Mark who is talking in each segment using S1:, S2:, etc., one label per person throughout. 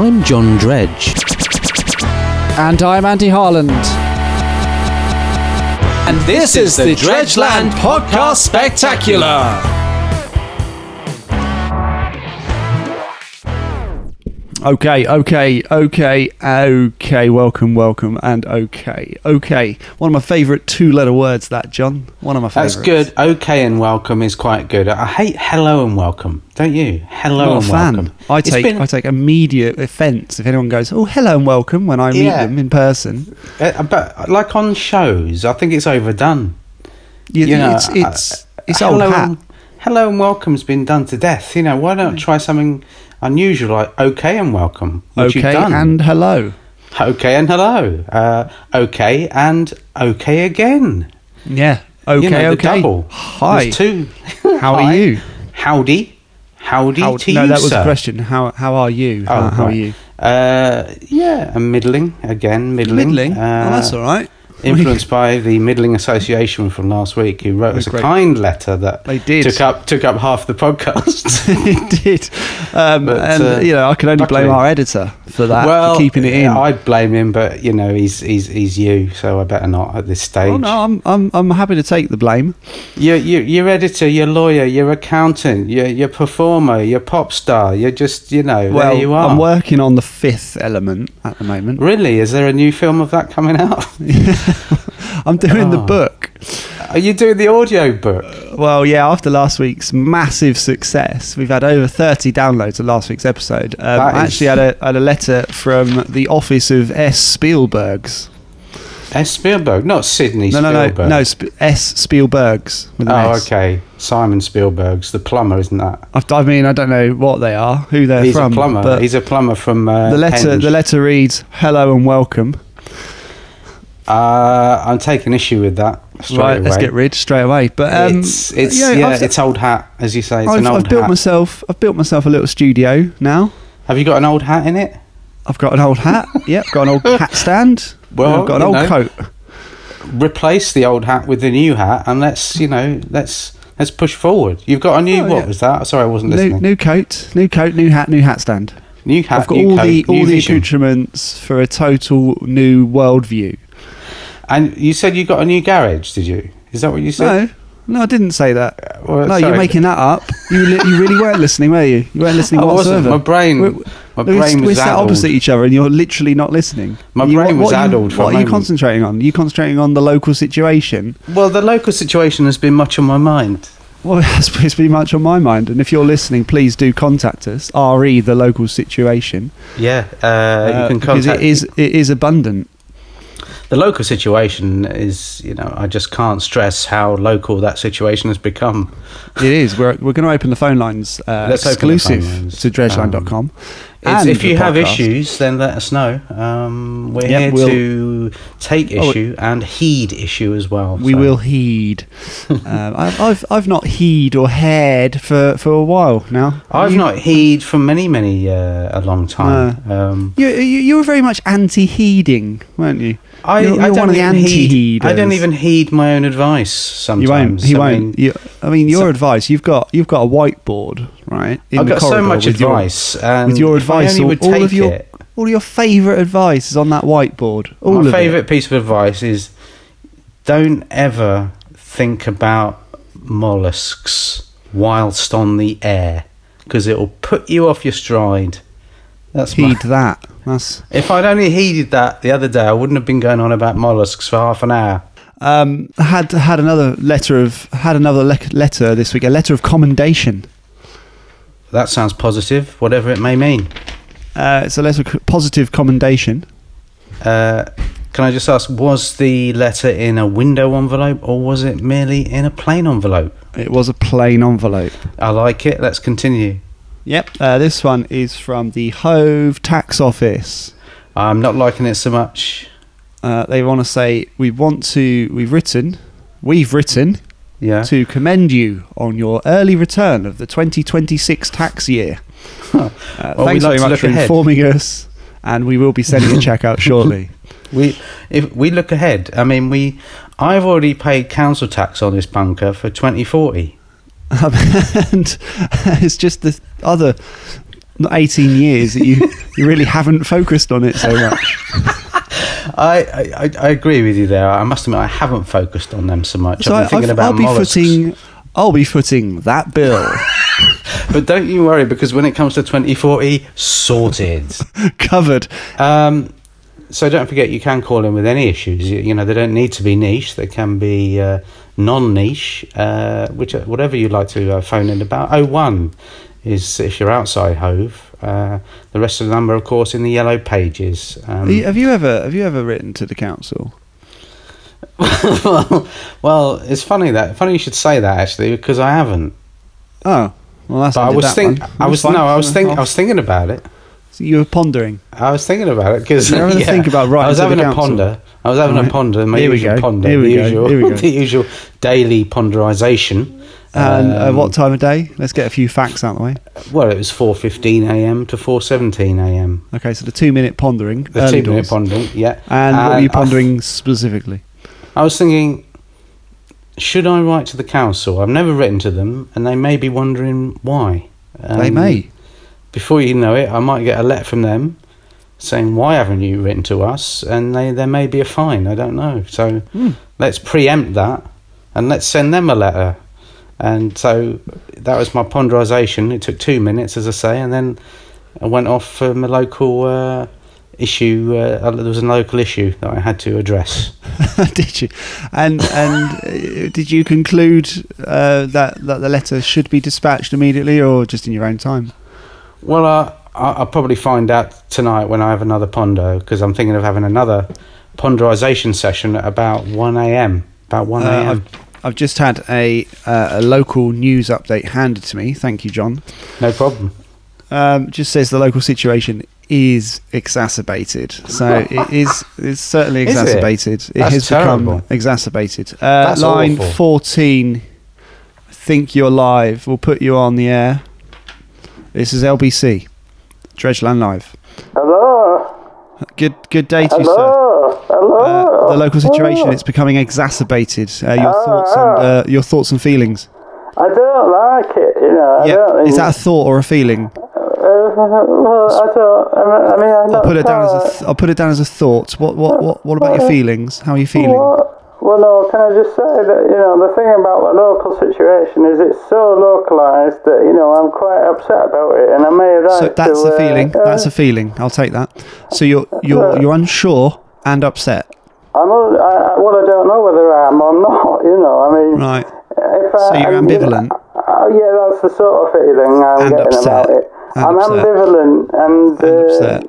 S1: I'm John Dredge.
S2: And I'm Andy Harland.
S1: And this, is, the Dredgeland Podcast Spectacular.
S2: Okay, okay, okay, okay. Welcome, welcome, and okay, okay. One of my favourite two-letter words, that John. One of my favourites.
S3: That's good. Okay and welcome is quite good. I hate hello and welcome. Don't you? Hello
S2: Not a
S3: and
S2: fan.
S3: welcome.
S2: I
S3: It's
S2: take
S3: been-
S2: I take immediate offence if anyone goes, "Oh, hello and welcome" when I meet
S3: Yeah.
S2: them in person.
S3: uh, but like on shows, I think it's overdone.
S2: You,
S3: You know,
S2: it's
S3: I-
S2: it's it's
S3: hello
S2: old hat. Mm.
S3: And, hello and welcome's been done to death. You know, why not try something unusual like okay and welcome? Which
S2: okay,
S3: you've done.
S2: and hello.
S3: okay and hello. Uh, okay and okay again.
S2: Yeah. Okay.
S3: you know, the
S2: okay.
S3: double.
S2: Hi.
S3: There's two.
S2: How are
S3: Hi.
S2: you?
S3: Howdy. Howdy
S2: How,
S3: to
S2: no,
S3: you,
S2: that was
S3: sir.
S2: the question. How how are you?
S3: Oh,
S2: how, how are
S3: right.
S2: you?
S3: Uh, yeah, and middling again, middling.
S2: Middling.
S3: Uh,
S2: oh, that's all right.
S3: Influenced by the Middling Association from last week, who wrote us a
S2: Great.
S3: kind letter that
S2: They did.
S3: took up took up half the podcast.
S2: it did. Um,
S3: But,
S2: and
S3: uh,
S2: you know, I can only blame
S3: luckily-
S2: our editor for that, for keeping it in.
S3: I blame him, but you know he's he's he's you, so I better not at this stage.
S2: oh no, I'm, I'm I'm happy to take the blame.
S3: You're, you you're editor, you're lawyer, you're accountant, you're, you're performer, you're pop star. You're just you know
S2: well,
S3: there you are.
S2: I'm working on the fifth element at the moment.
S3: really, is there a new film of that coming out?
S2: I'm doing the
S3: Oh.
S2: book.
S3: Are you doing the audio book?
S2: Well, yeah, after last week's massive success, we've had over 30 downloads of last week's episode. Um,
S3: That
S2: I
S3: is-
S2: actually had a, had a letter from the office of S. Spielberg's.
S3: S. Eh, Spielberg, not Sydney
S2: No, no,
S3: Spielberg.
S2: no, no, Sp- S. Spielberg's. With an
S3: Oh,
S2: S.
S3: okay. Simon Spielberg's the plumber, isn't that?
S2: I, I mean, I don't know what they are, who they're
S3: He's
S2: from.
S3: a plumber.
S2: but
S3: He's a plumber from uh,
S2: the letter,
S3: Penge.
S2: the letter reads, "Hello and welcome."
S3: uh, I'm taking issue with that. Straight
S2: right, let's
S3: away.
S2: get rid straight away. But um,
S3: it's it's
S2: you know,
S3: yeah,
S2: I've,
S3: it's old hat, as you say. It's
S2: I've,
S3: an old
S2: I've built
S3: hat.
S2: myself. I've built myself a little studio now.
S3: Have you got an old hat in it?
S2: I've got an old hat. yep, got an old hat stand.
S3: Well,
S2: and I've got an
S3: you
S2: old
S3: know.
S2: coat.
S3: Replace the old hat with the new hat, and let's you know let's let's push forward. You've got a new
S2: Oh,
S3: what
S2: yeah.
S3: was that? Sorry, I wasn't
S2: New,
S3: listening. New,
S2: new coat, new coat, new hat, new hat stand.
S3: hat.
S2: I've got
S3: new
S2: all
S3: coat,
S2: the all
S3: new
S2: the
S3: vision.
S2: accoutrements for a total new worldview.
S3: And you said you got a new garage, did you? Is that what you said?
S2: No, no, I didn't say that.
S3: Well,
S2: no, you're
S3: sorry.
S2: making that up. You, li- you really weren't listening, were you? You weren't listening
S3: Oh, I wasn't.
S2: whatsoever.
S3: My brain-
S2: We're-
S3: my
S2: we're,
S3: brain
S2: we're
S3: was
S2: sat
S3: addled.
S2: opposite each other, and you're literally not listening.
S3: My
S2: You-
S3: brain was
S2: what are you-
S3: addled for a
S2: What are you
S3: moment.
S2: concentrating on? Are you concentrating on the local situation?
S3: Well, the local situation has been much on my mind.
S2: Well, that's pretty much on my mind. And if you're listening, please do contact us. Re the local situation
S3: Yeah, uh, you
S2: Uh,
S3: can
S2: because
S3: contact
S2: it is it is abundant.
S3: the local situation. Is you know I just can't stress how local that situation has become.
S2: It is. We're we're going to open the phone lines uh,
S3: Let's open the phone
S2: exclusive
S3: lines. Um,
S2: to dredgeline.com.
S3: It's,
S2: and
S3: if
S2: the
S3: you have
S2: podcast.
S3: issues, then let us know. Um, we're
S2: Yep,
S3: here
S2: we'll-
S3: to take
S2: Oh,
S3: issue and heed issue as well.
S2: We
S3: so.
S2: will heed. um, I've, I've I've not heed or heard for, for a while now.
S3: I've
S2: You-
S3: not heed for many, many uh, a long time. Um,
S2: You, you you were very much anti-heeding, weren't you?
S3: I,
S2: You're-
S3: I
S2: you're
S3: don't
S2: one of the
S3: even heed. I
S2: anti-heeders.
S3: don't even heed my own advice.
S2: You won't.
S3: Sometimes
S2: He
S3: I
S2: won't.
S3: mean,
S2: you, I mean, your
S3: so-
S2: advice. You've got you've got a whiteboard, right? in
S3: I've
S2: the
S3: got so
S2: corridor
S3: much
S2: with your-
S3: advice, and
S2: with your
S3: if I
S2: advice,
S3: only
S2: all,
S3: would
S2: all of
S3: take
S2: your
S3: it-
S2: all your favourite advice is on that whiteboard. All
S3: My
S2: of
S3: favourite piece of advice is don't ever think about mollusks whilst on the air because it will put you off your stride.
S2: it.
S3: That's my,
S2: Heed that. That's
S3: if I'd only heeded that the other day, I wouldn't have been going on about mollusks for half an hour.
S2: um, had had another letter of had another le- letter this week. A letter of commendation.
S3: That sounds positive, whatever it may mean.
S2: Uh, it's a letter of c- positive commendation.
S3: Uh, can I just ask, was the letter in a window envelope or was it merely in a plain envelope?
S2: It was a plain envelope.
S3: I like it. Let's continue.
S2: Yep. Uh, this one is from the Hove Tax Office.
S3: I'm not liking it so much.
S2: Uh, they want to say we want to. We've written. We've written
S3: Yeah.
S2: to commend you on your early return of the 2026 tax year. Uh,
S3: Well, we'd
S2: thanks
S3: like
S2: very
S3: to
S2: much
S3: look
S2: for
S3: ahead.
S2: informing us, and we will be sending a check out shortly.
S3: We if we look ahead, I mean we I've already paid council tax on this bunker for 2040.
S2: Um, and it's just the other not 18 years that you, you really haven't focused on it so much.
S3: I, I, I- I agree with you there. I must admit, I haven't focused on them so much.
S2: So
S3: I've
S2: I,
S3: been thinking
S2: I've-
S3: about
S2: I'll be
S3: mollusks.
S2: footing. I'll be footing that bill.
S3: But don't you worry, because when it comes to 2040, sorted.
S2: Covered.
S3: Um, so don't forget, you can call in with any issues. You, you know, they don't need to be niche. They can be uh, non-niche, uh, which whatever you'd like to uh, phone in about. 01 is if you're outside Hove. Uh, the rest of the number, of course, in the yellow pages. Um,
S2: Have you- have you ever have you ever written to the council?
S3: well, well, it's funny that funny you should say that actually because I haven't.
S2: Oh, well that's.
S3: But I
S2: ended
S3: was
S2: that
S3: think
S2: one.
S3: I was
S2: Fine.
S3: no, I was thinking, I
S2: I'll-
S3: was thinking about it.
S2: so you were pondering.
S3: I was thinking about it because
S2: You're having to think about writing
S3: I was
S2: to the
S3: having a
S2: council.
S3: ponder. I was having
S2: Right.
S3: a ponder. My
S2: Here we
S3: usual
S2: go.
S3: ponder.
S2: Here we
S3: the
S2: go.
S3: usual,
S2: Here we go.
S3: the usual daily ponderization.
S2: And uh,
S3: Um,
S2: what time of day? Let's get a few facts out of the way.
S3: Well, it was four fifteen a.m. to four seventeen a.m.
S2: Okay, so the two minute pondering.
S3: The
S2: early
S3: two minute Uh,
S2: doors.
S3: pondering. Yeah.
S2: And what were
S3: I
S2: you
S3: th-
S2: pondering specifically?
S3: I was thinking, should I write to the council? I've never written to them, and they may be wondering why.
S2: they
S3: Um,
S2: may.
S3: before you know it, I might get a letter from them saying, "Why haven't you written to us?" And they, there may be a fine. I don't know. So let's preempt that and let's send them a letter. And so that was my ponderization. It took two minutes, as I say, and then I went off for my local uh, issue. Uh, there was a local issue that I had to address.
S2: did you? And and uh, did you conclude uh, that that the letter should be dispatched immediately, or just in your own time?
S3: Well, uh, I- I'll probably find out tonight when I have another ponder because I'm thinking of having another ponderization session at about 1 a.m. About 1
S2: Uh,
S3: a.m.
S2: I've, I've just had a uh, a local news update handed to me. Thank you, John.
S3: no problem.
S2: Um, just says the local situation is exacerbated. So it is it's certainly
S3: Is it?
S2: exacerbated. It,
S3: That's
S2: has
S3: terrible.
S2: become exacerbated. Uh,
S3: That's
S2: line
S3: awful.
S2: 14 I think you're live. We'll put you on the air. This is LBC. Dredgeland Live.
S4: Hello?
S2: Good good day to you, sir.
S4: Hello? Hello?
S2: Uh, the local situation it's becoming exacerbated. Uh, your
S3: Ah,
S2: thoughts and uh, your thoughts and feelings.
S4: I don't like it, you know. I
S2: Yeah,
S4: don't.
S2: is that a thought or a feeling?
S4: Uh, well, I don't. I mean, I mean I'm
S2: I'll
S4: not
S2: put it down as
S4: sure.
S2: a th- I'll put it down as a thought. What what what, what about your feelings? How are you feeling?
S4: What? Well, no, can I just say that, you know, the thing about the local situation is it's so localised that, you know, I'm quite upset about it and I may like
S2: So
S4: to...
S2: that's a
S4: uh,
S2: feeling.
S4: uh,
S2: That's a feeling. I'll take that. So you're you're you're unsure and upset.
S4: I'm, un- I, I- well, I don't know whether I am or I'm not, you know, I mean...
S2: Right.
S4: If I,
S2: So you're
S4: I'm-
S2: ambivalent?
S4: Oh, yeah, that's the sort of feeling I'm
S2: And
S4: getting
S2: upset.
S4: about it.
S2: And
S4: I'm
S2: upset.
S4: ambivalent and.
S2: And
S4: uh,
S2: upset.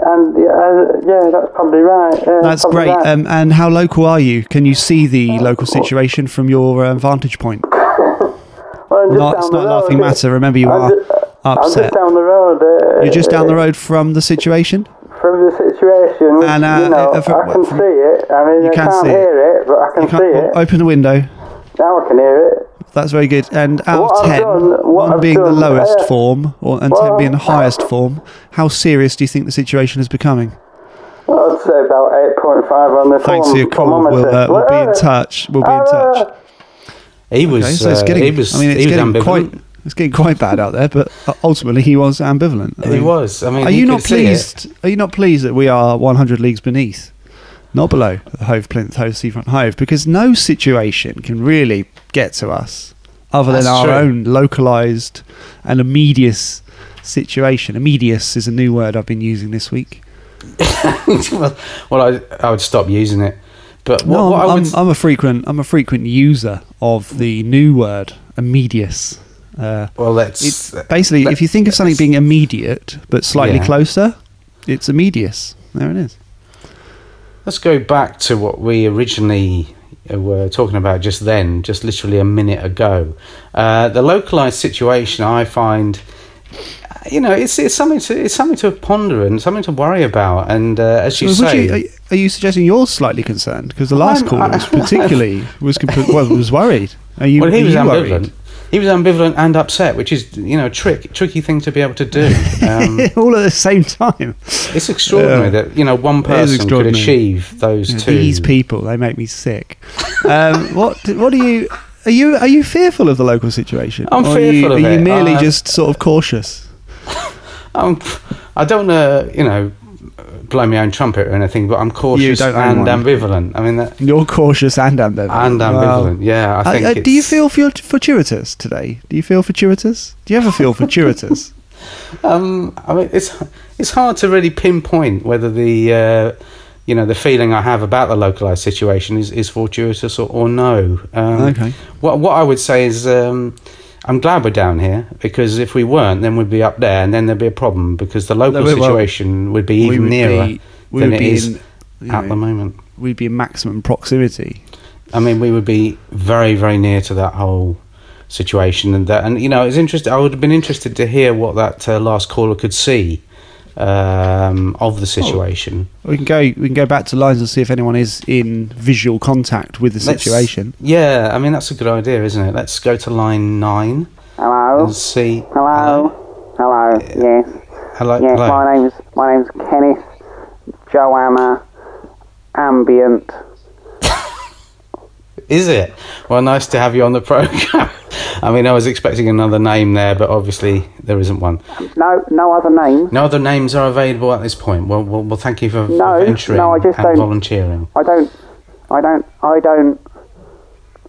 S4: And yeah, uh, yeah, that's probably right. Yeah,
S2: That's
S4: probably
S2: great.
S4: right.
S2: Um, and how local are you? Can you see the local situation from your um, vantage point?
S4: well, I'm just
S2: Not,
S4: down
S2: it's
S4: the
S2: not a
S4: road.
S2: laughing matter. Remember, you
S4: I'm
S2: are
S4: just- I'm just
S2: upset.
S4: down the road. Uh,
S2: You're just down the road from the situation.
S4: from the situation.
S2: And, uh,
S4: you know,
S2: uh, from-
S4: I can
S2: from-
S4: see it. I mean,
S2: you
S4: I
S2: can
S4: can't
S2: see it.
S4: hear it, but I can
S2: You
S4: see
S2: can't-
S4: it.
S2: open the window.
S4: now I can hear it.
S2: That's very good. And out
S4: What
S2: of
S4: I've
S2: 10,
S4: done- what
S2: 1
S4: I've
S2: being the
S4: done
S2: lowest
S4: there-
S2: form or, and 10
S4: Well- uh,
S2: being the highest form, how serious do you think the situation is becoming?
S4: Well, I'd say about 8.5 on the
S2: Thanks for your call.
S4: thermometer.
S2: We'll, uh, we'll be in
S4: Uh,
S2: touch. We'll be in
S4: uh,
S2: touch.
S3: He was.
S2: Okay, so it's
S3: uh,
S2: getting.
S3: he was.
S2: I mean, it's
S3: he was
S2: getting
S3: ambivalent.
S2: quite. It's getting quite bad out there, but uh, ultimately he was ambivalent. I
S3: He
S2: mean,
S3: was. I mean,
S2: Are
S3: he
S2: you
S3: could
S2: not
S3: see it.
S2: pleased? Are you not pleased that we are 100 leagues beneath, not below the Hove Plinth Hove Seafront Hove? Because no situation can really get to us other than
S3: That's
S2: our
S3: true.
S2: own localized and immediate situation. Immediate is a new word I've been using this week.
S3: well, well I, I would stop using it. But what,
S2: no,
S3: what
S2: I'm,
S3: I
S2: I'm,
S3: would.
S2: I'm a frequent I'm a frequent user of the new word immediate. Uh,
S3: well, let's.
S2: it's basically if you think of something being immediate but slightly
S3: Yeah.
S2: closer, it's immediate. There it is.
S3: Let's go back to what we originally uh, were talking about just then, just literally a minute ago. Uh, the localized situation, I find, uh, you know, it's it's something to it's something to ponder and something to worry about. And uh, as you
S2: Well, would
S3: say,
S2: you- Mm-hmm. are, are you suggesting you're slightly concerned? Because the last
S3: I'm- uh,
S2: caller was
S3: I-
S2: particularly was comp- well was worried. Are you?
S3: well, he
S2: are
S3: was
S2: you
S3: ambivalent.
S2: worried?
S3: He was ambivalent and upset, which is you know a trick tricky thing to be able to do. Um,
S2: All at the same time.
S3: it's extraordinary
S2: Yeah.
S3: that you know one person could
S2: extraordinary.
S3: achieve those two.
S2: These people, they make me sick. Um, what? What do you? Are you? Are you fearful of the local situation?
S3: I'm
S2: Or are you-
S3: fearful of
S2: Are you
S3: it.
S2: merely
S3: I'm-
S2: just sort of cautious?
S3: I'm, Um, I don't want to, you know, blow my own trumpet or anything, but I'm cautious
S2: don't
S3: and
S2: own one.
S3: ambivalent. I mean, that,
S2: You're cautious and ambivalent.
S3: and ambivalent.
S2: Wow.
S3: Yeah, I
S2: Uh,
S3: think.
S2: uh, do you
S3: it's-
S2: feel fu- fortuitous today? Do you feel fortuitous? Do you ever feel fortuitous?
S3: Um, I mean, it's it's hard to really pinpoint whether the uh, you know the feeling I have about the localized situation is, is fortuitous or, or no. Um,
S2: Okay.
S3: What what I would say is um, I'm glad we're down here because if we weren't, then we'd be up there, and then there'd be a problem because the local
S2: No, we- well,
S3: situation would be even
S2: would
S3: nearer
S2: be- we
S3: than
S2: would
S3: it
S2: be
S3: is
S2: in, you
S3: at
S2: know,
S3: the moment.
S2: We'd be in maximum proximity.
S3: I mean, we would be very, very near to that whole situation, and that, and you know, it's interesting. I would have been interested to hear what that uh, last caller could see um, of the situation.
S2: We can go. We can go back to lines and see if anyone is in visual contact with the
S3: Let's-
S2: situation.
S3: Yeah, I mean, that's a good idea, isn't it? Let's go to line nine
S4: Hello.
S3: and see.
S4: Hello. Hello. Yes.
S3: Hello.
S4: Yes.
S3: hello.
S4: My name's my name's Kenneth Joanna Ambient.
S3: Is it? Well, nice to have you on the program. I mean, I was expecting another name there, but obviously there isn't one.
S4: No, no other name.
S3: No other names are available at this point. Well, well, well thank you for, for
S4: No,
S3: venturing
S4: no, I just
S3: and
S4: don't-
S3: volunteering.
S4: I don't. I don't. I don't.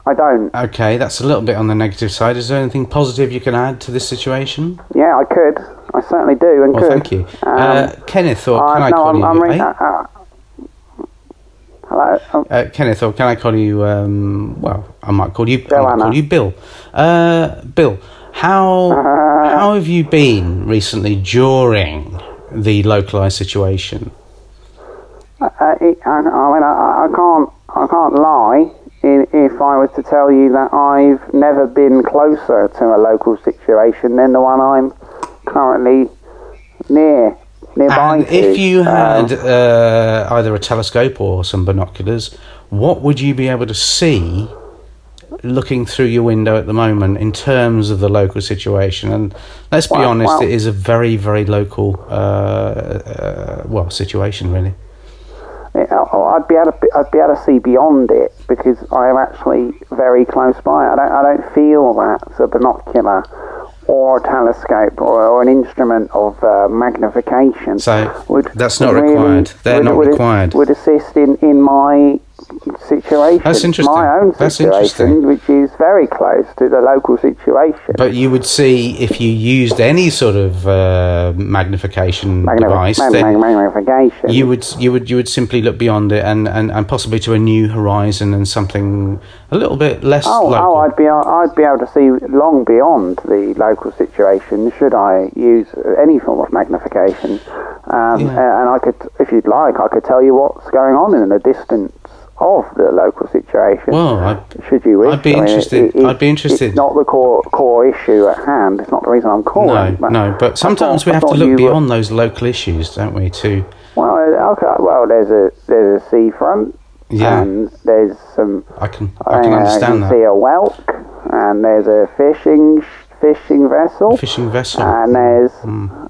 S4: I don't.
S3: Okay, that's a little bit on the negative side. Is there anything positive you can add to this situation?
S4: Yeah, I could. I certainly do and
S3: Well,
S4: could.
S3: thank you.
S4: Um,
S3: uh, Kenneth, or
S4: I-
S3: can I
S4: no,
S3: call
S4: I'm,
S3: you?
S4: I'm re-
S3: eh?
S4: uh, uh, hello. Um,
S3: Uh, Kenneth, or can I call you? Um, well, I might call you. I might
S4: Joanna.
S3: call you Bill. Uh, Bill, how how have you been recently during the localized situation?
S4: Uh, it, I, I mean, I, I can't, I can't lie. In, if I was to tell you that I've never been closer to a local situation than the one I'm currently near, nearby
S3: And
S4: to.
S3: if you
S4: Um,
S3: had uh, either a telescope or some binoculars, what would you be able to see looking through your window at the moment in terms of the local situation? And let's be
S4: Well,
S3: honest,
S4: well-
S3: it is a very, very local, uh, uh, well, situation, really.
S4: I- oh, I'd be able to, I'd be able to see beyond it because I am actually very close by. I don't, I don't feel that a binocular or a telescope or, or an instrument of uh, magnification.
S3: So,
S4: would
S3: that's not
S4: really-
S3: required. They're
S4: would-
S3: not
S4: would-
S3: required.
S4: Would assist in, in my situation.
S3: That's interesting.
S4: My own
S3: That's
S4: situation,
S3: interesting.
S4: which is very close to the local situation.
S3: But you would see if you used any sort of uh, magnification
S4: Magnif-
S3: device,
S4: mag-
S3: then
S4: mag- magnification.
S3: you would you would you would simply look beyond it and, and, and possibly to a new horizon and something a little bit less
S4: Oh,
S3: local.
S4: oh, I'd be I'd be able to see long beyond the local situation should I use any form of magnification, um,
S3: Yeah.
S4: and I could, if you'd like, I could tell you what's going on in the distance of the local situation.
S3: Well, I-
S4: should you wish?
S3: I'd be
S4: I mean, it-
S3: interested-
S4: it-
S3: I'd be interested.
S4: It's not the core core issue at hand. It's not the reason I'm
S3: no,
S4: calling. but
S3: no,
S4: Oh, I
S3: but sometimes
S4: thought-
S3: we
S4: I
S3: have to
S4: thought
S3: look
S4: you were-
S3: beyond those local issues, don't we? To
S4: well, uh, okay, well, there's a there's a seafront.
S3: Yeah.
S4: And there's some.
S3: I can I can
S4: Uh,
S3: understand
S4: see
S3: that
S4: a whelk, and there's a fishing fishing vessel,
S3: fishing vessel. Hmm.
S4: and there's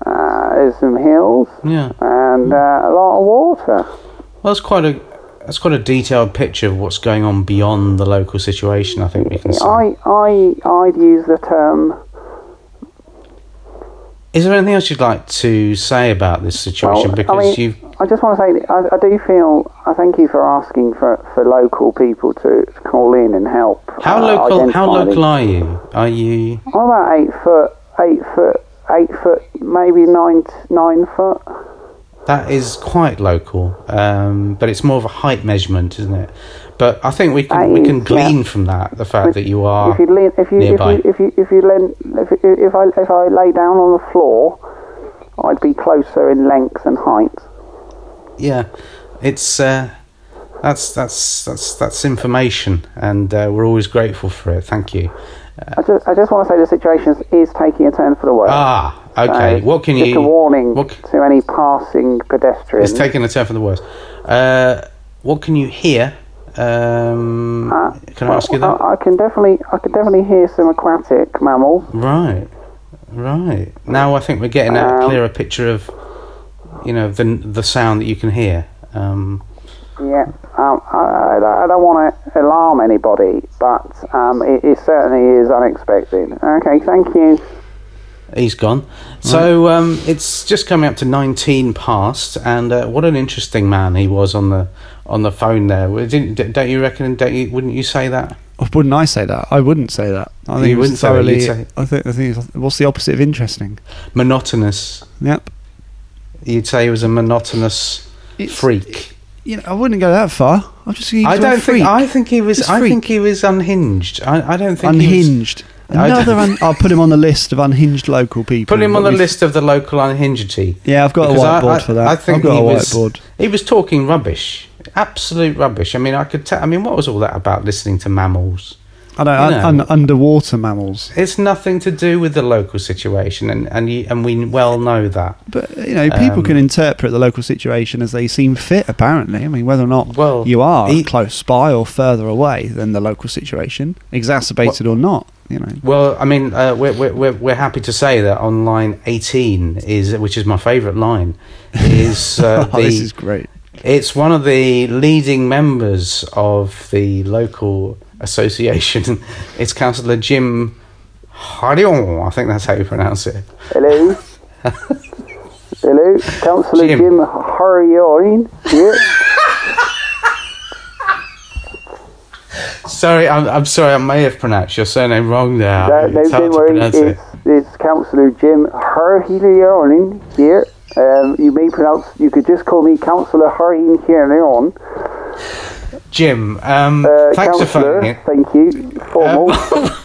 S4: uh, there's some hills
S3: yeah, well,
S4: and uh, a lot of water.
S3: that's quite a that's quite a detailed picture of what's going on beyond the local situation. I think we can say.
S4: I I I'd use the term.
S3: Is there anything else you'd like to say about this
S4: Well,
S3: situation?
S4: I
S3: because
S4: mean,
S3: you've
S4: I just want to say that I, I do feel. I thank you for asking for, for local people to call in and help.
S3: how
S4: uh,
S3: local how
S4: identify these
S3: local are you? Are you
S4: I'm about eight foot, eight foot, eight foot, maybe nine, nine foot.
S3: That is quite local, um, but it's more of a height measurement, isn't it? But I think we can
S4: That
S3: we
S4: is,
S3: can glean
S4: yeah.
S3: from that the fact that you are
S4: If you lean, if you, if
S3: nearby.
S4: you, if you, if you lean, if, if I, if I lay down on the floor, I'd be closer in length and height.
S3: yeah, it's uh, that's that's that's that's information, and uh, we're always grateful for it. Thank you.
S4: I just, I just want to say the situation is, is taking a turn for the worse.
S3: Ah, okay.
S4: So,
S3: what can
S4: just
S3: you?
S4: a warning
S3: What, c-
S4: to any passing
S3: it's
S4: pedestrians.
S3: taking a turn for the worse. Uh, what can you hear? Um,
S4: Uh,
S3: can I ask you that?
S4: I, I can definitely, I can definitely hear some aquatic mammals.
S3: Right, right. Now I think we're getting a
S4: Um,
S3: clearer picture of, you know, the the sound that you can hear. Um,
S4: Yeah, um, I, I, I don't want to alarm anybody, but um, it, it certainly is unexpected. Okay, thank you.
S3: He's gone. So um, it's just coming up to 19 past, and uh, what an interesting man he was on the on the phone there. Well, Didn't, d- don't you reckon? Don't you, wouldn't you say that?
S2: Wouldn't I say that? I wouldn't say that. I think
S3: You
S2: it was
S3: wouldn't say that, you'd
S2: thoroughly-
S3: say-
S2: I think I think it's- what's the opposite of interesting?
S3: Monotonous.
S2: Yep.
S3: You'd say he was a monotonous
S2: It's-
S3: freak.
S2: You know, I wouldn't go that far. I'm just.
S3: I don't think. I think he was.
S2: He's
S3: I
S2: freak.
S3: think he was unhinged. I, I don't think He was,
S2: unhinged.
S3: I don't-
S2: Another. Un- I'll put him on the list of unhinged local people.
S3: Put him on
S2: that
S3: the
S2: we've-
S3: list of the local unhingedity.
S2: Yeah, I've got a
S3: Because I-
S2: whiteboard
S3: I-
S2: for that.
S3: I think
S2: I've got
S3: he
S2: a
S3: was-
S2: whiteboard.
S3: He was talking rubbish, absolute rubbish. I mean, I could tell. I mean, what was all that about listening to mammals?
S2: I know,
S3: you
S2: un-
S3: know.
S2: un- underwater mammals.
S3: It's nothing to do with the local situation, and and you, and we well know that.
S2: But you know, people
S3: Um,
S2: can interpret the local situation as they seem fit. Apparently, I mean, whether or not
S3: Well, e-
S2: you are
S3: he-
S2: close by or further away than the local situation, exacerbated or not, you know.
S3: Well, I mean, uh, we're, we're we're we're happy to say that on line eighteen is, which is my favourite line, is uh,
S2: Oh,
S3: the,
S2: this is great.
S3: It's one of the leading members of the local association. It's Councillor Jim Harion. I think that's how you pronounce it.
S4: Hello. Hello, Councillor
S3: Jim.
S4: Jim, Harryoin. Yeah.
S3: Sorry, I'm, I'm sorry. I may have pronounced your surname wrong there.
S4: No,
S3: Oh, It's hard
S4: no, don't
S3: to
S4: worry.
S3: pronounce it.
S4: It's, it's Councillor Jim Harhilion here. Um, you may pronounce. You could just call me Councillor Harhilion.
S3: Jim, um,
S4: Uh,
S3: thanks for phoning in.
S4: Councillor,
S3: Um,
S4: thank you. Formal.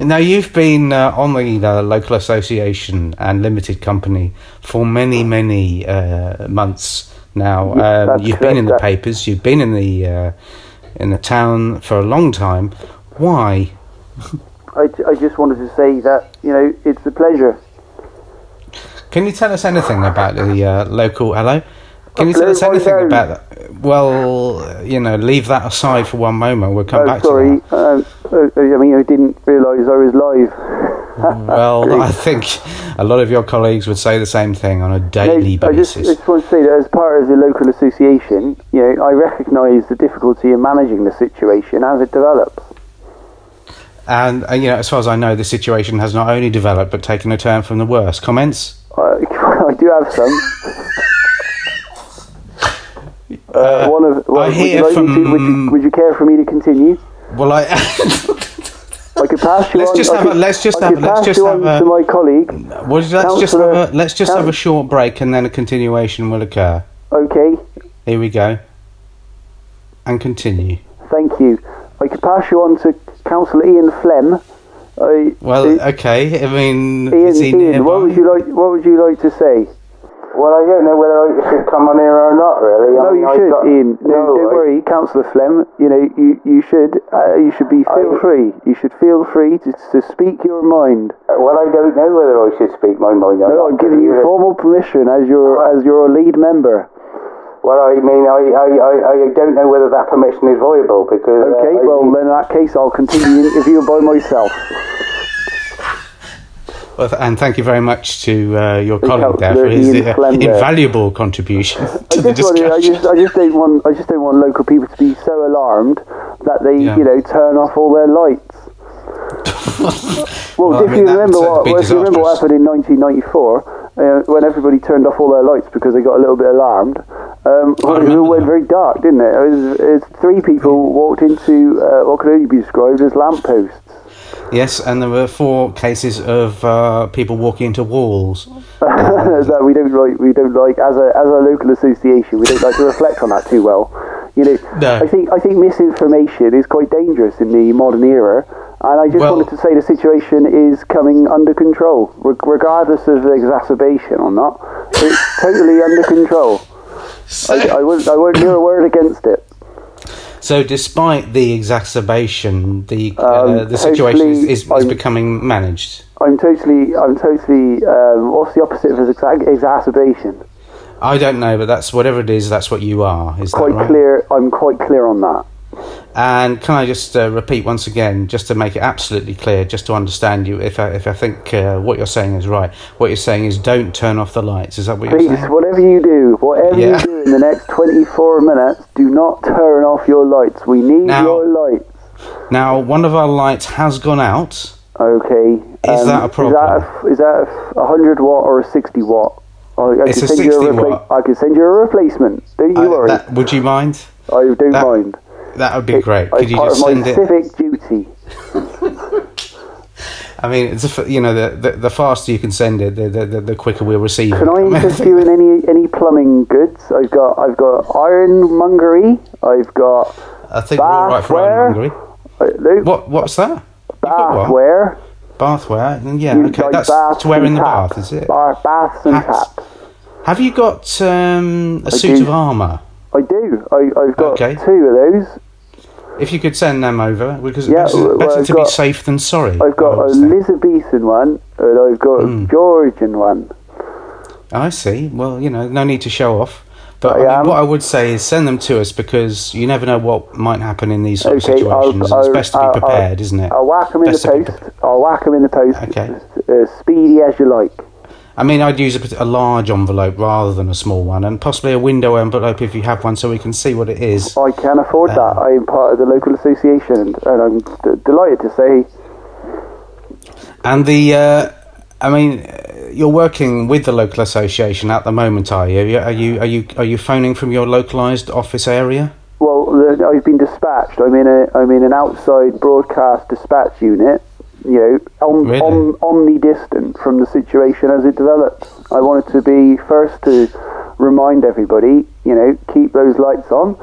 S3: Now, you've been uh, on the uh, local association and limited company for many, many uh, months now. Um,
S4: that's
S3: you've been in the
S4: correct.
S3: papers. You've been in the uh, in the town for a long time. Why?
S4: I, I just wanted to say that you know it's a pleasure.
S3: Can you tell us anything about the uh, local hello? Can you tell
S4: Hello,
S3: us anything
S4: hello.
S3: about that? Well, you know, leave that aside for one moment. We'll come
S4: Oh,
S3: back
S4: sorry.
S3: to
S4: Um, uh, I mean, I didn't realise I was live.
S3: that. Well, I think a lot of your colleagues would say the same thing on a daily
S4: I just, I
S3: basis.
S4: just want to say that as part of the local association, you know, I recognise the difficulty in managing the situation as it develops.
S3: And, uh, you know, as far as I know, the situation has not only developed but taken a turn from the worst. Comments?
S4: Uh, I do have some. Uh, one of, well,
S3: I
S4: would,
S3: hear
S4: you like me to-
S3: from-
S4: would, you, would you care for me to continue?
S3: Well, I.
S4: I could pass you
S3: Let's
S4: on.
S3: just
S4: I
S3: have a-
S4: could-
S3: let's just
S4: I
S3: have-
S4: could
S3: let's
S4: pass
S3: just
S4: you
S3: have
S4: on
S3: a-
S4: to my colleague.
S3: well, let's just have a,
S4: Councillor-
S3: let's just have a
S4: Coun-
S3: short break and then a continuation will occur.
S4: Okay,
S3: Here we go. And continue.
S4: thank you. I could pass you on to Councillor Ian Flem. I,
S3: Well, uh,
S4: I-
S3: okay. I mean, is he
S4: Ian,
S3: nearby?
S4: Ian, what would you like? What would you like to say?
S5: Well, I don't know whether I should come on here or not, really.
S4: No,
S5: I mean,
S4: you
S5: I've
S4: should,
S5: got-
S4: Ian. No,
S5: No,
S4: don't
S5: I-
S4: worry, Councillor Flem. You know, you, you should uh, you should be feel
S5: I-
S4: free. You should feel free to, to speak your mind.
S5: Well, I don't know whether I should speak my mind or
S4: No,
S5: not.
S4: I'm giving you
S5: really.
S4: formal permission as your as your lead member.
S5: Well, I mean, I, I, I, I don't know whether that permission is viable because. uh,
S4: Okay,
S5: I
S4: well
S5: mean-
S4: then in that case I'll continue the interview by myself.
S3: Well, th- and thank you very much to uh, your colleague
S4: helped
S3: there for
S4: the
S3: his uh,
S4: Splendor.
S3: invaluable contribution to the
S4: I just, wanted, I,
S3: discussion.
S4: just, I just don't want I just don't want local people to be so alarmed that they
S3: Yeah.
S4: you know turn off all their lights. Well,
S3: Well, I
S4: if
S3: mean,
S4: you
S3: that
S4: remember
S3: would
S4: what
S3: be
S4: well, if you remember what
S3: disastrous.
S4: happened in 1994 uh, when everybody turned off all their lights because they got a little bit alarmed. Um,
S3: I
S4: it
S3: remember
S4: went
S3: that.
S4: very dark, didn't it? It was, it was three people walked into uh, what could only be described as lampposts.
S3: Yes, and there were four cases of uh, people walking into walls.
S4: that we don't like. We don't like as a as a local association. We don't like to reflect on that too well. You know,
S3: No.
S4: I think I think misinformation is quite dangerous in the modern era, and I just
S3: Well-
S4: wanted to say the situation is coming under control, reg- regardless of the exacerbation or not. It's totally under control. I, I won't I won't hear a word against it.
S3: So, despite the exacerbation, the uh,
S4: Um,
S3: the situation is,
S4: hopefully
S3: is, is
S4: I'm-
S3: becoming managed.
S4: I'm totally I'm totally um, what's the opposite of exac- exacerbation?
S3: I don't know, but that's whatever it is. That's what you are. Is
S4: Quite
S3: that right?
S4: clear. I'm quite clear on that.
S3: And can I just uh, repeat once again, just to make it absolutely clear, just to understand you, if I, if I think uh, what you're saying is right, what you're saying is don't turn off the lights. Is that what you're
S4: Please,
S3: saying?
S4: whatever you do, whatever
S3: Yeah.
S4: you do in the next 24 minutes, do not turn off your lights. We need
S3: Now-
S4: your lights.
S3: Now, one of our lights has gone out.
S4: Okay, Um,
S3: Is that a problem?
S4: Is that a, is that a 100 watt or a 60 watt? I, I
S3: It's
S4: can
S3: a
S4: send you
S3: 60
S4: repla-
S3: watt.
S4: I can send you a replacement. Don't you
S3: Uh,
S4: worry.
S3: that- would you mind?
S4: I do
S3: that-
S4: mind.
S3: That would be great.
S4: It's
S3: Could you
S4: part
S3: just
S4: of my
S3: send it?
S4: civic duty.
S3: I mean, it's a f you know, the, the the faster you can send it, the the, the, the quicker we'll receive it.
S4: Can I
S3: I mean,
S4: interest you in any any plumbing goods? I've got I've got ironmongery. I've got
S3: I think we're all right for ironmongery.
S4: uh, Luke,
S3: What what's that? You've got what?
S4: bathware.
S3: Bathware. Mm, Yeah,
S4: You-
S3: okay,
S4: like
S3: that's
S4: baths
S3: to wear
S4: and
S3: in the
S4: taps.
S3: bath, is it?
S4: Bar, baths and
S3: Hats.
S4: taps.
S3: Have you got um, a suit
S4: do.
S3: of armour?
S4: I do. I, I've got
S3: Okay.
S4: two of those.
S3: If you could send them over, because
S4: Yeah,
S3: better,
S4: well,
S3: better
S4: I've
S3: to be
S4: got-
S3: safe than sorry.
S4: I've got
S3: I
S4: a
S3: always think.
S4: Elizabethan one and I've got
S3: Hmm.
S4: a Georgian one.
S3: I see. Well, you know, no need to show off. But I
S4: I
S3: mean,
S4: am.
S3: what I would say is send them to us because you never know what might happen in these sort of
S4: Okay, I'll,
S3: situations.
S4: I'll,
S3: it's best to
S4: I'll-
S3: be prepared, isn't it?
S4: I'll whack them in
S3: Best to be
S4: the post. I'll whack them in the post.
S3: Okay.
S4: As speedy as you like.
S3: I mean, I'd use a, pat- a large envelope rather than a small one, and possibly a window envelope if you have one, so we can see what it is.
S4: I can afford
S3: Uh,
S4: that. I am part of the local association, and, and I'm d- delighted to say
S3: And the, uh, I mean, uh, you're working with the local association at the moment, are you? Are you are you are you phoning from your localised office area?
S4: Well, the, I've been dispatched. I'm in a I'm in an outside broadcast dispatch unit. You know, om,
S3: Really?
S4: om, omnidistant from the situation as it develops. I wanted to be first to remind everybody. You know, keep those lights on.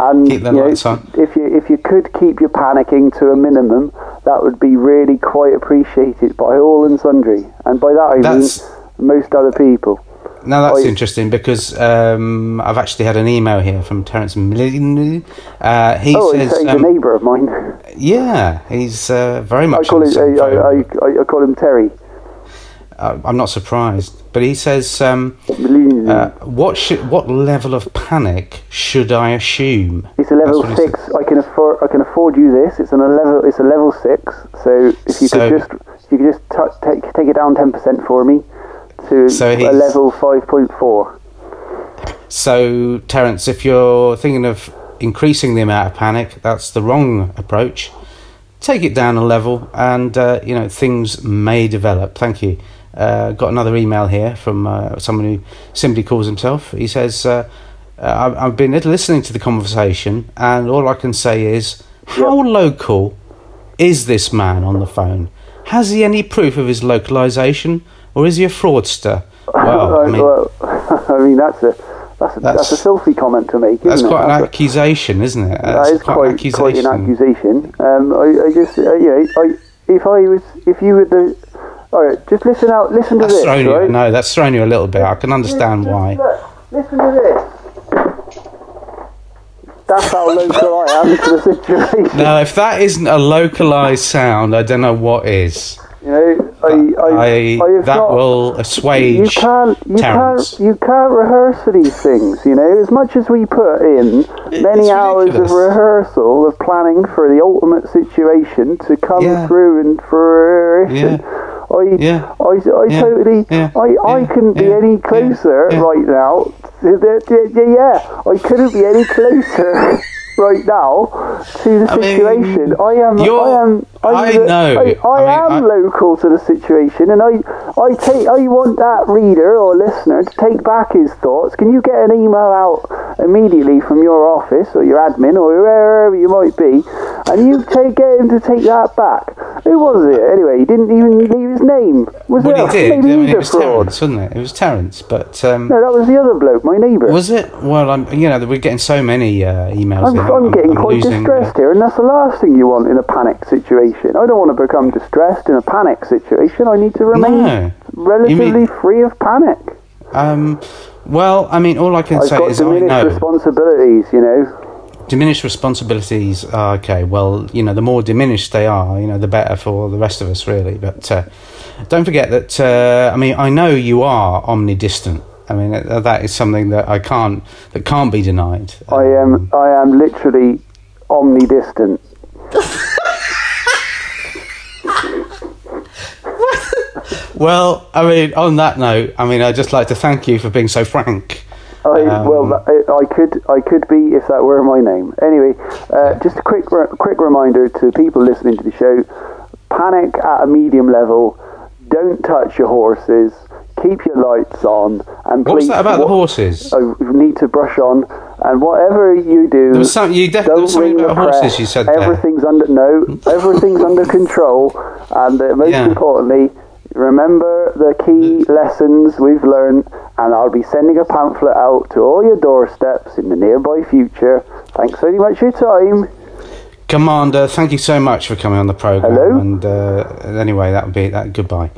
S4: And
S3: Keep the
S4: you know,
S3: lights on.
S4: If you if you could keep your panicking to a minimum, that would be really quite appreciated by all and sundry. And by that I
S3: That's-
S4: mean most other people.
S3: Now that's
S4: I-
S3: interesting because um, I've actually had an email here from Terence Millin. Uh, he
S4: oh,
S3: says,
S4: he's a
S3: um,
S4: neighbour of mine.
S3: yeah, he's uh, very
S4: I
S3: much.
S4: call
S3: on
S4: it.
S3: the same
S4: I, I,
S3: phone.
S4: I, I call him Terry.
S3: Uh, I'm not surprised, but he says, um, uh, "What should, what level of panic should I assume?"
S4: It's a level
S3: That's what he
S4: six. I can afford. I can afford you this. It's an a level. It's a level six. So if you
S3: So-
S4: could just, if you could just t- take take it down ten percent for me to
S3: So
S4: a
S3: he's-
S4: level five point four.
S3: So, Terence, if you're thinking of increasing the amount of panic, that's the wrong approach. Take it down a level, and uh, you know things may develop. Thank you. Uh, got another email here from uh, someone who simply calls himself. He says, uh, uh, "I've I've been listening to the conversation, and all I can say is, how local is this man on the phone? Has he any proof of his localization, or is he a fraudster?" Well, Oh, I mean,
S4: well, I mean that's a that's a, that's,
S3: That's-
S4: a filthy comment to make. Isn't
S3: That's
S4: it?
S3: quite an
S4: That's a-
S3: accusation, isn't it? That's
S4: that
S3: an
S4: is quite, quite an accusation. Um, I, I just, uh, you know, I, if I was, if you were the, all right, just listen out, listen to
S3: That's
S4: this,
S3: thrown you.
S4: right?
S3: No, that's thrown you a little bit. I can understand why.
S4: Look, listen to this. That's how local I am to the situation.
S3: Now, if that isn't a localized sound, I don't know what is.
S4: You know, I, I,
S3: I,
S4: I have
S3: that
S4: not,
S3: will
S4: you
S3: assuage
S4: can't, you
S3: Terence.
S4: can't, you can't rehearse for these things. You know, as much as we put in
S3: it's
S4: many hours
S3: ridiculous.
S4: of rehearsal of planning for the ultimate situation to come
S3: Yeah.
S4: through and fruition.
S3: Yeah.
S4: I,
S3: Yeah.
S4: I, I
S3: Yeah.
S4: totally,
S3: Yeah.
S4: I, I
S3: Yeah.
S4: couldn't be
S3: Yeah.
S4: any
S3: Yeah.
S4: closer
S3: Yeah.
S4: right now. Yeah, yeah, yeah, I couldn't be any closer right now to the
S3: I mean,
S4: situation. I am,
S3: you're-
S4: I am, I'm
S3: I
S4: the-
S3: know.
S4: I, I,
S3: I mean,
S4: am
S3: I-
S4: local to the situation, and I, I take, I want that reader or listener to take back his thoughts. Can you get an email out immediately from your office or your admin or wherever you might be, and you take get him to take that back? Who was it anyway? He didn't even leave his name. Was
S3: what he
S4: it?
S3: did. I
S4: Maybe
S3: mean,
S4: he's
S3: it
S4: a
S3: was
S4: fraud.
S3: Terence, wasn't it? It was Terence. But um,
S4: No, that was the other bloke, my neighbour.
S3: was it? Well, I'm, you know, we're getting so many uh, emails.
S4: I'm,
S3: now,
S4: I'm getting quite
S3: losing, uh,
S4: distressed here, and that's the last thing you want in a panic situation. I don't want to become distressed in a panic situation. I need to remain
S3: No.
S4: relatively
S3: You mean-
S4: free of panic.
S3: um, well, I mean, all I can
S4: I've
S3: say
S4: got
S3: is I
S4: diminished
S3: know.
S4: responsibilities, you know.
S3: diminished responsibilities are okay well you know the more diminished they are you know the better for the rest of us really but uh, don't forget that uh, i mean i know you are omnidistant i mean uh, that is something that i can't that can't be denied
S4: I am, I am literally omnidistant.
S3: well i mean on that note i mean i'd just like to thank you for being so frank
S4: I,
S3: Um,
S4: well, I, I could, I could be if that were my name. Anyway, uh, just a quick, re- quick reminder to people listening to the show: panic at a medium level. Don't touch your horses. Keep your lights on. And
S3: What's
S4: please,
S3: that about the
S4: wa-
S3: horses?
S4: I need to brush on, and whatever you do,
S3: There was some- you def- there
S4: don't
S3: was something
S4: ring
S3: about
S4: the
S3: horses
S4: press.
S3: you said there.
S4: everything's under no, everything's under control, and uh, most
S3: Yeah.
S4: importantly, remember the key lessons we've learned. And I'll be sending a pamphlet out to all your doorsteps in the nearby future. Thanks very much for your time.
S3: Commander, thank you so much for coming on the program.
S4: Hello?
S3: And uh, anyway, that would be that. Goodbye.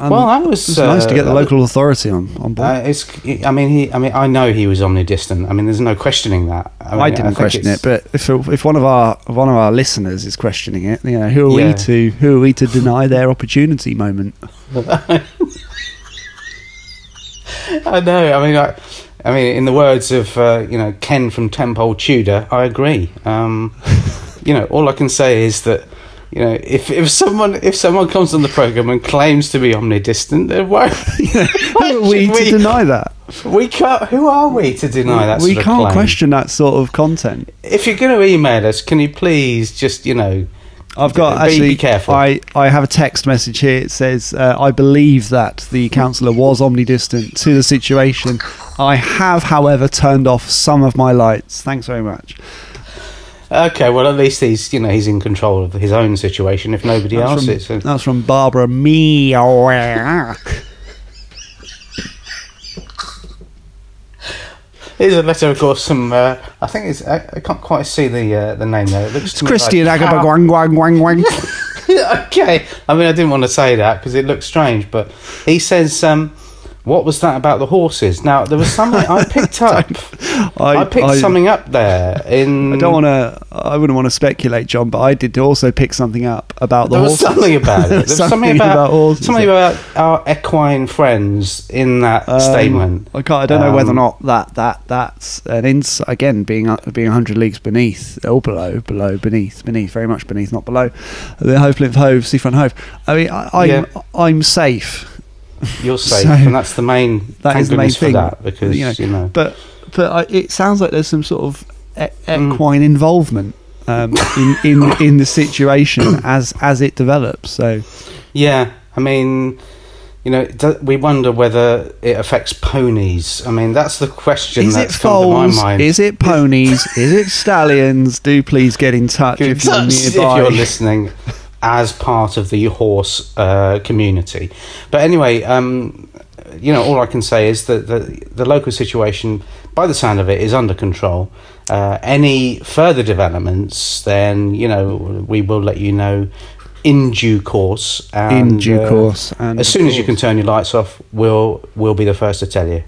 S3: well, that was
S2: It's Um, nice to get the
S3: uh,
S2: local authority on, on board.
S3: Uh, it's. I mean, he. I mean, I know he was omnidistant. I mean, there's no questioning that. I, mean,
S2: I didn't
S3: think
S2: question
S3: it's-
S2: it, but if if one of our if one of our listeners is questioning it, you know, who are
S3: Yeah.
S2: we to who are we to deny their opportunity moment?
S3: I know. I mean, I, I mean, in the words of uh, you know Ken from Temple Tudor, I agree. Um, you know, all I can say is that you know if, if someone if someone comes on the program and claims to be omnidistant, then why, why
S2: Who are we
S3: should
S2: to deny that?
S3: we can't. Who are we to deny that?
S2: we
S3: sort of
S2: can't
S3: claim?
S2: question that sort of content.
S3: If you're going to email us, can you please just you know
S2: I've got
S3: Be- be
S2: actually.
S3: careful.
S2: I I have a text message here. It says, uh, "I believe that the councillor was omnidistant to the situation. I have, however, turned off some of my lights. Thanks very much."
S3: Okay, well at least he's you know he's in control of his own situation if nobody else
S2: That's
S3: is.
S2: from, that's from Barbara Meow.
S3: Here's a letter, of course, from uh, I think it's I, I can't quite see the uh, the name there. It looks
S2: It's Christian
S3: like,
S2: Agaba Gwang Gwang Gwang Gwang.
S3: okay, I mean I didn't want to say that because it looks strange, but he says, um, "What was that about the horses?" Now there was something I picked up. I, picked something up there in.
S2: I don't want to. I wouldn't want to speculate, John, but I did also pick something up about the
S3: There was
S2: horses.
S3: something about it. There was something, about,
S2: horses.
S3: something about our equine friends in that
S2: Um,
S3: statement.
S2: I can't. I don't know whether or
S3: Um,
S2: not that that that's an ins. Again, being uh, being hundred leagues beneath or below, below, beneath, beneath, very much beneath, not below. The Hove Plinth Hove, Seafront Hove. I mean, I, I'm
S3: Yeah.
S2: I'm safe.
S3: You're safe,
S2: So-
S3: and that's the main.
S2: That
S3: thank
S2: is the main
S3: goodness for
S2: thing.
S3: that, because you know,
S2: But but I, it sounds like there's some sort of e-
S3: Mm.
S2: equine involvement um, in, in in the situation as as it develops. So
S3: yeah. I mean, you know, do, we wonder whether it affects ponies. I mean, that's the question
S2: is it
S3: that's come to my
S2: foals?
S3: mind.
S2: Is it ponies? is it stallions? Do please get in touch
S3: Good
S2: if you're
S3: touch, if
S2: nearby.
S3: you're listening as part of the horse uh, community. But anyway, um, you know, all I can say is that the, the local situation, by the sound of it, is under control. Uh, any further developments, then, you know, we will let you know in due course. And, uh,
S2: In due course, and
S3: as
S2: of
S3: soon as you can turn your lights off, we'll, we'll be the first to tell you.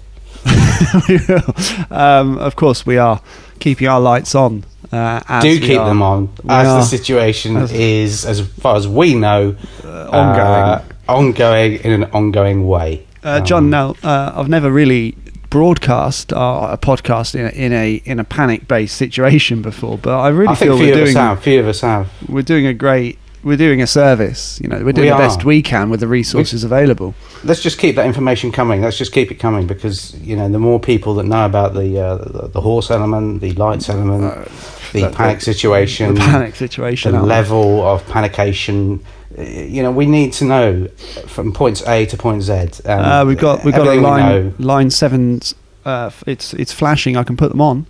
S2: um, of course, we are keeping our lights on. Uh, as
S3: Do
S2: we
S3: keep
S2: are-
S3: them on,
S2: we
S3: as the
S2: are-
S3: situation
S2: as- Uh,
S3: is, as far as we know, uh,
S2: ongoing.
S3: ongoing in an ongoing way.
S2: Uh,
S3: Um,
S2: John, now uh, I've never really broadcast our, a podcast in a, in a in a panic based situation before, but I really
S3: Um, I think
S2: feel
S3: few
S2: we're
S3: of us
S2: doing
S3: have. Few of us have.
S2: we're doing a great we're doing a service. You know, we're doing
S3: We
S2: the best
S3: are.
S2: we can with the resources available.
S3: Let's just keep that information coming. Let's just keep it coming because you know the more people that know about the uh, the, the horse element, the lights element, the
S2: that-
S3: panic situation,
S2: Uh, The panic situation.
S3: the
S2: aren't we?
S3: level of panication. uh, You know, we need to know from points A to point Z. Um,
S2: Uh, we've got we've got a
S3: everything we
S2: line
S3: know.
S2: line seven's. Uh, f- it's it's flashing. I can put them on.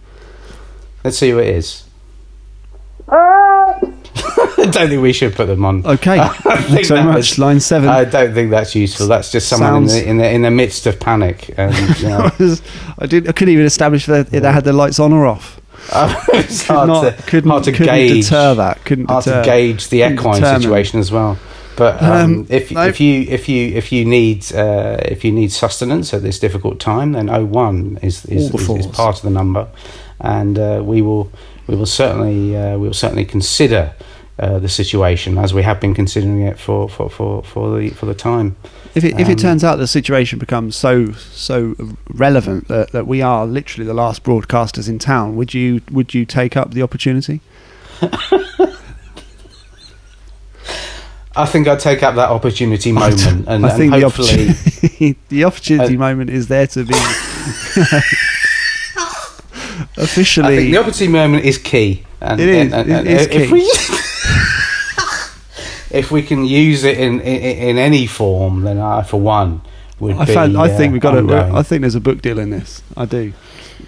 S3: Let's see who it is.
S2: Uh.
S3: I don't think we should put them on.
S2: Okay.
S3: I think
S2: Thanks so
S3: that
S2: much.
S3: was- Uh,
S2: line seven.
S3: I don't think that's useful. That's just someone
S2: Sounds-
S3: in, the, in the in the midst of panic. And, you know,
S2: I did. I couldn't even establish if they, if they had their lights on or off.
S3: it's
S2: Could
S3: hard
S2: not.
S3: to,
S2: couldn't
S3: hard to
S2: couldn't
S3: gauge
S2: deter that. Couldn't
S3: hard
S2: deter.
S3: to gauge the
S2: couldn't
S3: equine
S2: determine.
S3: situation as well. But um,
S2: Um,
S3: if
S2: no.
S3: if you if you if you need uh, if you need sustenance at this difficult time, then 01 is is,
S2: All the
S3: is, is
S2: fours.
S3: part of the number, and uh, we will we will certainly uh, we will certainly consider. Uh, the situation as we have been considering it for, for, for, for the for the time.
S2: If it, if
S3: Um,
S2: it turns out the situation becomes so so relevant that, that we are literally the last broadcasters in town, would you would you take up the opportunity?
S3: I think I'd take up that opportunity moment, and,
S2: I think
S3: and
S2: the
S3: hopefully,
S2: opportunity the opportunity
S3: Uh,
S2: moment is there to be
S3: I think
S2: officially.
S3: the opportunity moment is key. And,
S2: It is. It is
S3: if
S2: key.
S3: we- if we can use it in in, in any form, then I, for one, would
S2: I
S3: be.
S2: found. I
S3: uh,
S2: think we've got
S3: ongoing.
S2: a. I think there's a book deal in this. I do.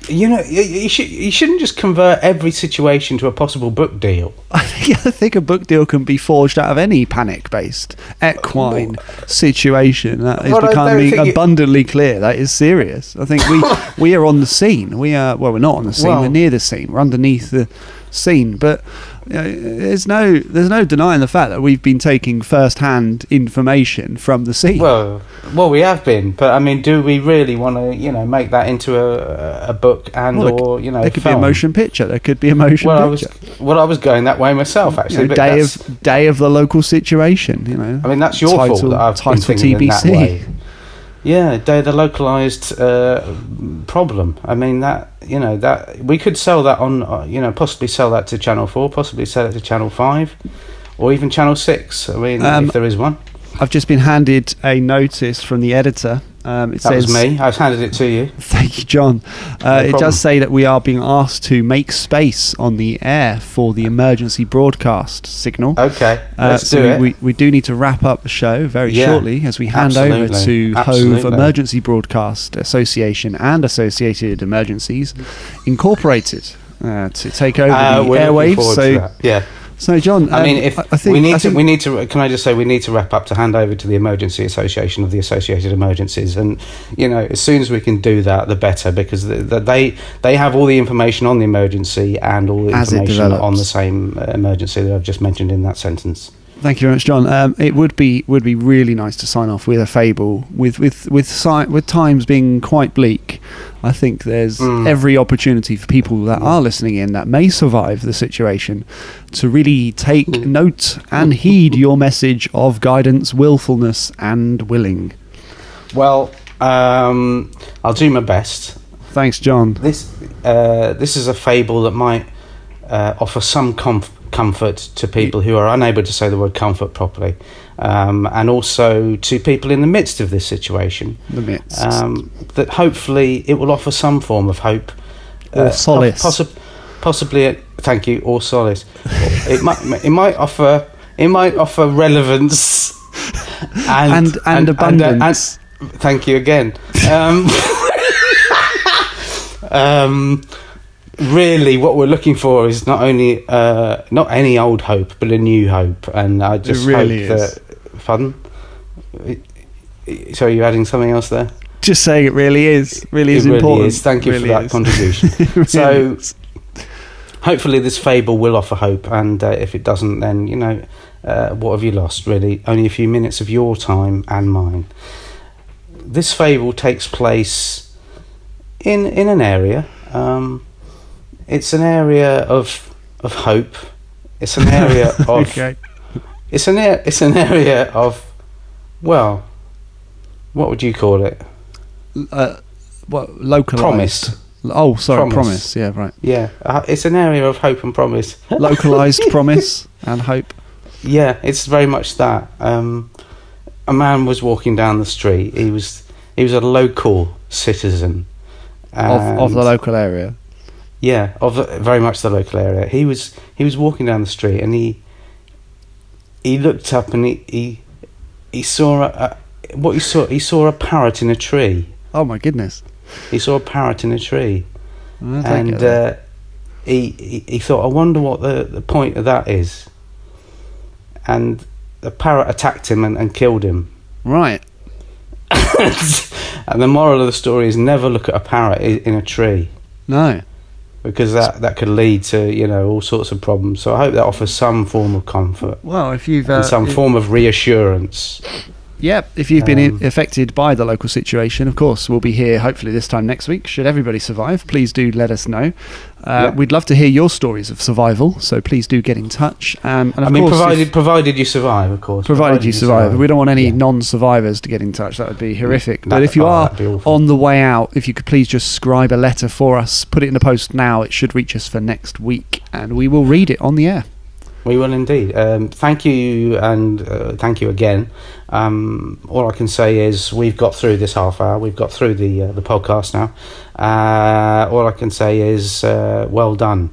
S3: You know, you, you, should, you shouldn't just convert every situation to a possible book deal.
S2: I think, I think a book deal can be forged out of any panic-based equine situation. That is
S3: Well, I don't
S2: becoming
S3: think you-
S2: abundantly clear. That is serious. I think we we are on the scene. We are well, we're not on the scene.
S3: Well-
S2: we're near the scene. We're underneath the scene. But you know, there's no there's no denying the fact that we've been taking first-hand information from the scene.
S3: Well, well, we have been, but I mean, do we really want to, you know, make that into a a book and
S2: Well, there c-
S3: or you know,
S2: there could be
S3: film?
S2: a motion picture. There could be a motion
S3: Well, I was
S2: picture.
S3: well, I was going that way myself
S2: you
S3: actually.
S2: know,
S3: but
S2: day
S3: that's-
S2: of day of the local situation. You know,
S3: I mean, that's your fault that I've been thinking in that way. Yeah, they the localized uh, problem. I mean that you know that we could sell that on uh, you know possibly sell that to Channel Four, possibly sell it to Channel Five, or even Channel Six. I mean,
S2: Um,
S3: if there is one,
S2: I've just been handed a notice from the editor. Um, it
S3: that
S2: says,
S3: was me. I've handed it to you.
S2: Thank you, John. Uh, it
S3: problem.
S2: does say that we are being asked to make space on the air for the emergency broadcast signal.
S3: Okay,
S2: Uh,
S3: Oh, let's
S2: so
S3: do
S2: we,
S3: it.
S2: We, we do need to wrap up the show very
S3: Yeah,
S2: shortly as we hand over
S3: absolutely,
S2: to Hove
S3: absolutely.
S2: Emergency Broadcast Association and Associated Emergencies Incorporated uh, to take over
S3: Uh,
S2: the
S3: we're looking
S2: airwaves.
S3: forward to
S2: So,
S3: that. yeah,
S2: so John,
S3: I
S2: um,
S3: mean, if
S2: I, I think
S3: we
S2: I
S3: need to,
S2: think-
S3: we need to. Can I just say we need to wrap up to hand over to the Emergency Association of the Associated Emergencies, and you know, as soon as we can do that, the better, because the, the, they they have all the information on the emergency and all the
S2: As it
S3: information on
S2: develops.
S3: the same uh, emergency that I've just mentioned in that sentence.
S2: Thank you very much, John. Um, it would be would be really nice to sign off with a fable. With with with si- with times being quite bleak, I think there's
S3: Mm.
S2: every opportunity for people that are listening in that may survive the situation to really take
S3: Mm.
S2: note and heed your message of guidance, willfulness, and willing.
S3: Well, um, I'll do my best.
S2: Thanks, John.
S3: This uh, this is a fable that might uh, offer some comf- comfort to people who are unable to say the word comfort properly, um, and also to people in the midst of this situation.
S2: The midst.
S3: Um, that hopefully it will offer some form of hope Uh,
S2: Or solace.
S3: possi- possibly, a, thank you, or solace. it might it might offer it might offer relevance and uh,
S2: And- and abundance.
S3: and- thank you again. Um, um, really, what we're looking for is not only uh, not any old hope, but a new hope. And I just
S2: really
S3: hope
S2: is.
S3: that. Pardon. It- it- Sorry, you're adding something else there.
S2: Just saying, it really is really
S3: It
S2: is
S3: really
S2: important.
S3: is. Thank you
S2: Really
S3: for that
S2: is.
S3: contribution.
S2: It really
S3: So-
S2: is.
S3: Hopefully, this fable will offer hope, and uh, if it doesn't, then you know uh, what have you lost? Really, only a few minutes of your time and mine. This fable takes place in in an area. Um, it's an area of of hope. It's an area of
S2: okay.
S3: it's an ar- it's an area of well, what would you call it?
S2: Uh, what localized?
S3: Promise.
S2: Oh, sorry,
S3: Promise.
S2: promise. Yeah, right.
S3: Yeah, uh, it's an area of hope and promise.
S2: localized promise and hope.
S3: Yeah, it's very much that. Um, a man was walking down the street. He was he was a local citizen
S2: of, of
S3: And-
S2: the local area.
S3: Yeah, of the- very much the local area. He was he was walking down the street and he he looked up and he he, he saw a, a what he saw he saw a parrot in a tree.
S2: Oh my goodness!
S3: He saw a parrot in a tree.
S2: I don't get
S3: and
S2: that.
S3: uh, he, he he thought, I wonder what the, the point of that is. And the parrot attacked him and, and killed him.
S2: right,
S3: and the moral of the story is never look at a parrot i- in a tree
S2: no,
S3: because that, that could lead to you know all sorts of problems. So I hope that offers some form of comfort
S2: well, if you've
S3: and some form of reassurance.
S2: yep, if you've been
S3: Um,
S2: i affected by the local situation, of course, we'll be here hopefully this time next week. Should everybody survive, please do let us know. Uh,
S3: Yeah.
S2: We'd love to hear your stories of survival, so please do get in touch. Um, and of
S3: I mean,
S2: course, if-
S3: provided provided you survive, of course.
S2: provided you survive. We don't want any
S3: Yeah.
S2: non-survivors to get in touch. That would be horrific.
S3: That-
S2: but if you
S3: oh,
S2: are
S3: that'd be awful.
S2: on the way out, if you could please just scribe a letter for us, put it in the post now. It should reach us for next week, and we will read it on the air.
S3: We will indeed. Um, thank you, and uh, thank you again. Um, all I can say is we've got through this half hour. We've got through the uh, the podcast now. Uh, all I can say is uh, well done.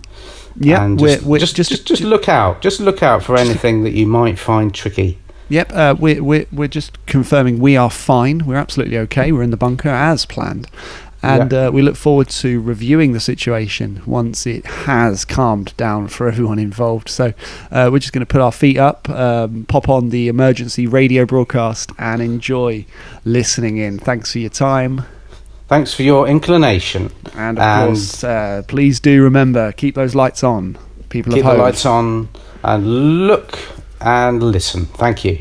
S2: Yep,
S3: and
S2: we're-
S3: just,
S2: we're-
S3: just,
S2: just-
S3: just, just look out. Just look out for anything that you might find tricky.
S2: Yep, uh, we're, we're, we're just confirming we are fine. We're absolutely okay. We're in the bunker as planned. And uh, we look forward to reviewing the situation once it has calmed down for everyone involved. So uh, we're just going to put our feet up, um, pop on the emergency radio broadcast, and enjoy listening in. Thanks for your time.
S3: Thanks for your inclination.
S2: And of
S3: And-
S2: course, uh, please do remember keep those lights on, people
S3: Keep
S2: at
S3: the
S2: home.
S3: lights on and look and listen. Thank you.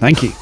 S2: Thank you.